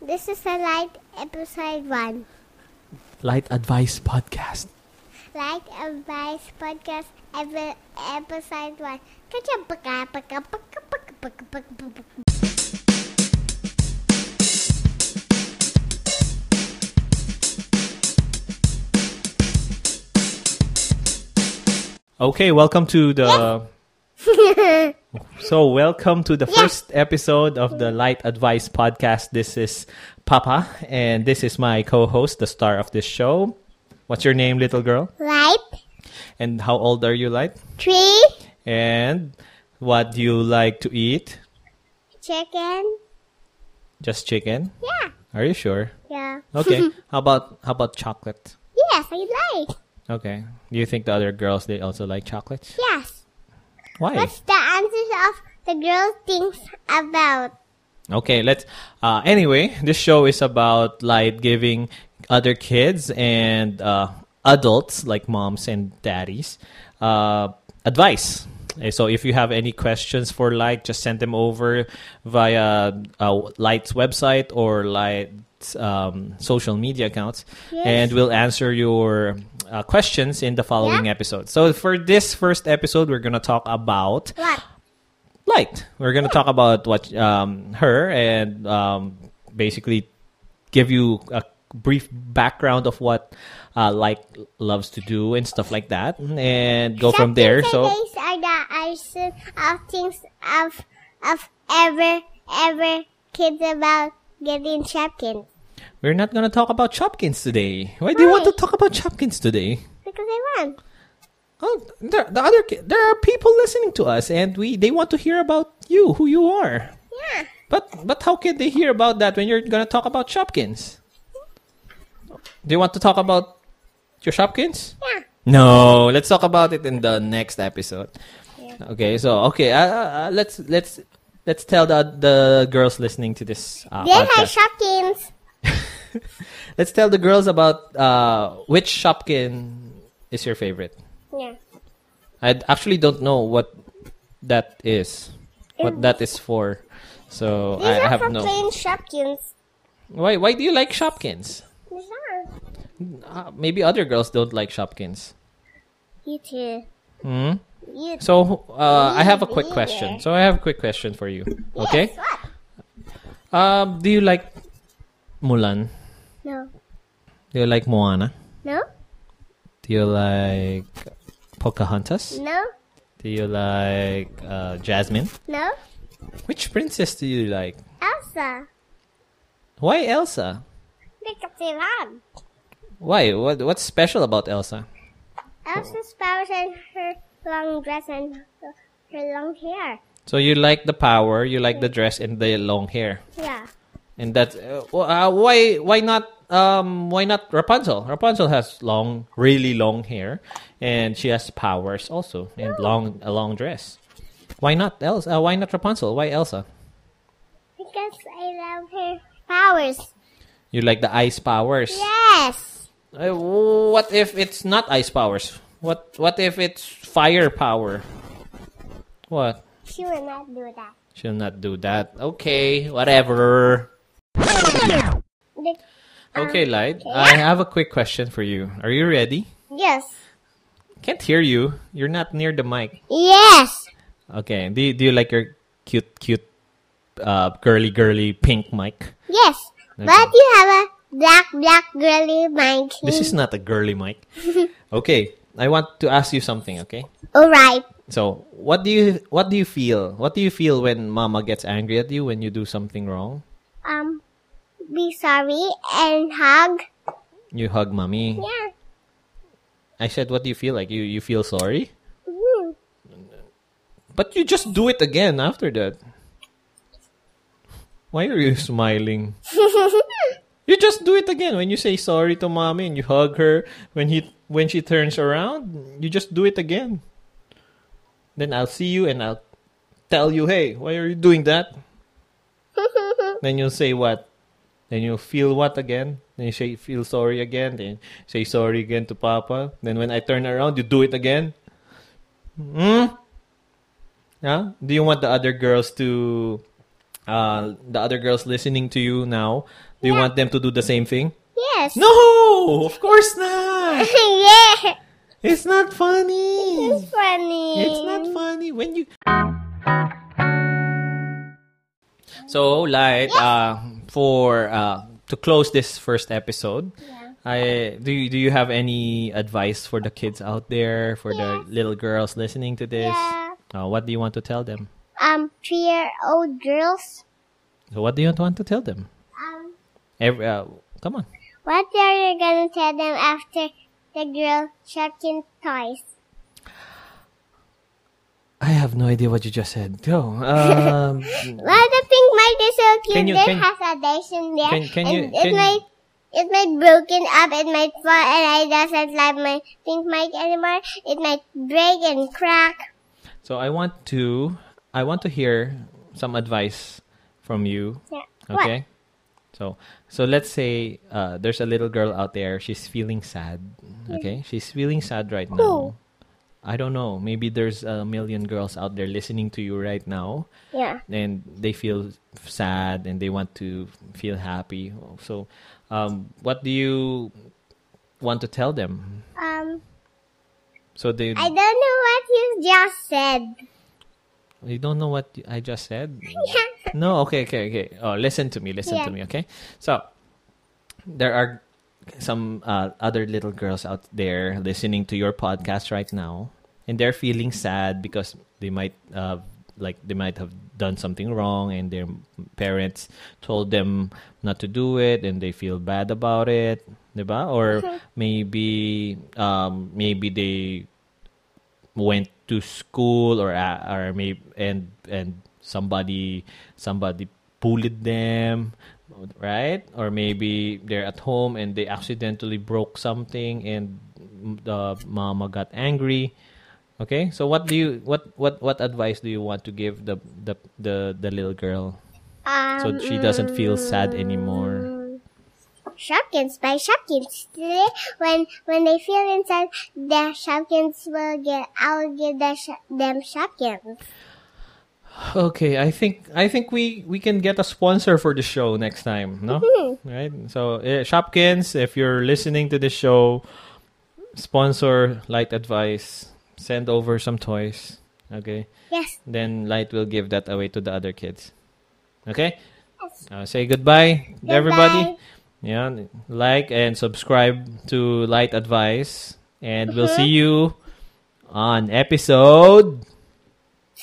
This is a light episode one. Light Advice Podcast. Light advice podcast epi- episode one. Kacha paka paka paka paka paka paka paka. Okay, welcome to the. so, welcome to the Yeah. first episode of the Light Advice Podcast. This is Papa, and this is my co host, the star of this show. What's your name, little girl? Light And how old are you, Light? tree And what do you like to eat? chicken. Just chicken? Yeah, Are you sure? yeah. Okay. how about how about chocolate? Yes, I like. Okay. Do you think the other girls they also like chocolates? Yes. Why? What's the answers of the girl thinks about? Okay, let's. Uh, anyway, this show is about like giving other kids and uh, adults, like moms and daddies, uh, advice. Eh, So if you have any questions for Light, just send them over via uh, Light's website or Light's um, social media accounts, Yes. and we'll answer your uh, questions in the following episode. So for this first episode, we're gonna talk about What? light. We're gonna talk about what um, her and um, basically give you a brief background of what uh, light loves to do and stuff like that, and go from there. Some So things are the answers of things of of ever ever kids about getting chapkins we're not gonna talk about Chopkins today. Why do you want to Why? talk about Chopkins today? because I won. Oh, there, the other ki- there are people listening to us, and we they want to hear about you, who you are. Yeah. But but how can they hear about that when you're gonna talk about Shopkins? Do you want to talk about your Shopkins? Yeah. No, let's talk about it in the next episode. Okay, so okay, uh, uh, uh, let's let's let's tell the the girls listening to this uh, Then I podcast. chapkins. let's tell the girls about uh, which Shopkin is your favorite. Yeah. I actually don't know what that is, what that is for. So These I, I are have for no. plain chapkins. Why why do you like Shopkins? These are. Uh, maybe other girls don't like Shopkins. You too. Hmm? You too. So uh, I have a quick Maybe. question. So I have a quick question for you. Okay. Yes, what? Um, do you like Mulan? No. Do you like Moana? No? Do you like Pocahontas? No? Do you like uh, Jasmine? No? Which princess do you like? Elsa. Why Elsa? Because they run. Why? What what's special about Elsa? Elsa's powers and her long dress and her long hair. So you like the power, you like the dress and the long hair. Yeah. And that's uh, wh- uh, why why not um why not Rapunzel? Rapunzel has long, really long hair, and she has powers also, and long a long dress. Why not Elsa? Uh, why not Rapunzel? Why Elsa? Because I love her powers. You like the ice powers? Yes. Uh, what if it's not ice powers? What what if it's fire power? What? She will not do that. She'll not do that. Okay, whatever. The- Okay, Light. I have a quick question for you. Are you ready? Yes. Can't hear you. You're not near the mic. Yes. Okay. Do you, do you like your cute, cute, uh, girly, girly pink mic? Yes. But you have a black, black girly mind. This is not a girly mic. okay. I want to ask you something. Okay. all right. So, what do you what do you feel? What do you feel when Mama gets angry at you when you do something wrong? Um, be sorry and hug. You hug mommy. Yeah. I said, what do you feel like? You you feel sorry, Mm. but you just do it again after that. Why are you smiling? You just do it again when you say sorry to mommy and you hug her when he when she turns around. You just do it again. Then I'll see you and I'll tell you, hey, why are you doing that? Then you'll say what? Then you'll feel what again? Then you say feel sorry again. Then say sorry again to Papa. Then when I turn around, you do it again. Hmm? Huh? Do you want the other girls to uh, the other girls listening to you now, do you want them to do the same thing? Yes. No, of course not. yeah. It's not funny. It's funny. It's not funny when you. So, like, uh, for uh, to close this first episode, I do. You, do you have any advice for the kids out there, for the little girls listening to this? Yeah. Uh, what do you want to tell them? Um, three-year-old girls. So, what do you want to tell them? Um, Every, uh, come on. what are you gonna tell them after the girl chucking toys? I have no idea what you just said. Go. Um, Well, the pink mic is so cute. Can you- it can- has a dash in there. can- can and you- It can- might, it might broken up. It might fall, and I doesn't like my pink mic anymore. It might break and crack. so I want to, I want to hear some advice from you Yeah. What? Okay. So so let's say uh, there's a little girl out there. She's feeling sad. Hmm. Okay, she's feeling sad right now. I don't know. Maybe there's a million girls out there listening to you right now, Yeah. and they feel sad and they want to feel happy. So, um, what do you want to tell them? Um, So they I don't know what you just said. you don't know what I just said. Yeah. No, okay, okay, okay. Oh, listen to me, listen to Yeah. me, okay? So, there are some uh, other little girls out there listening to your podcast right now, and they're feeling sad because they might, uh, like, they might have done something wrong, and their parents told them not to do it, and they feel bad about it, diba? Or maybe, um, maybe they went to school or a- or maybe and and somebody somebody bullied them right or maybe they're at home and they accidentally broke something and the mama got angry okay so what do you what what what advice do you want to give the the the, the little girl Um, so she doesn't feel sad anymore Shopkins by Shopkins. Today, when when they feel inside, the Shopkins will get. I'll give the sh- them Shopkins. okay i think i think we we can get a sponsor for the show next time no Hmm. right so uh, shopkins if you're listening to the show sponsor light advice send over some toys okay Yes. then light will give that away to the other kids okay Yes. uh, say goodbye, to everybody Goodbye. yeah like and subscribe to light advice and we'll see you on episode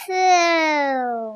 Two.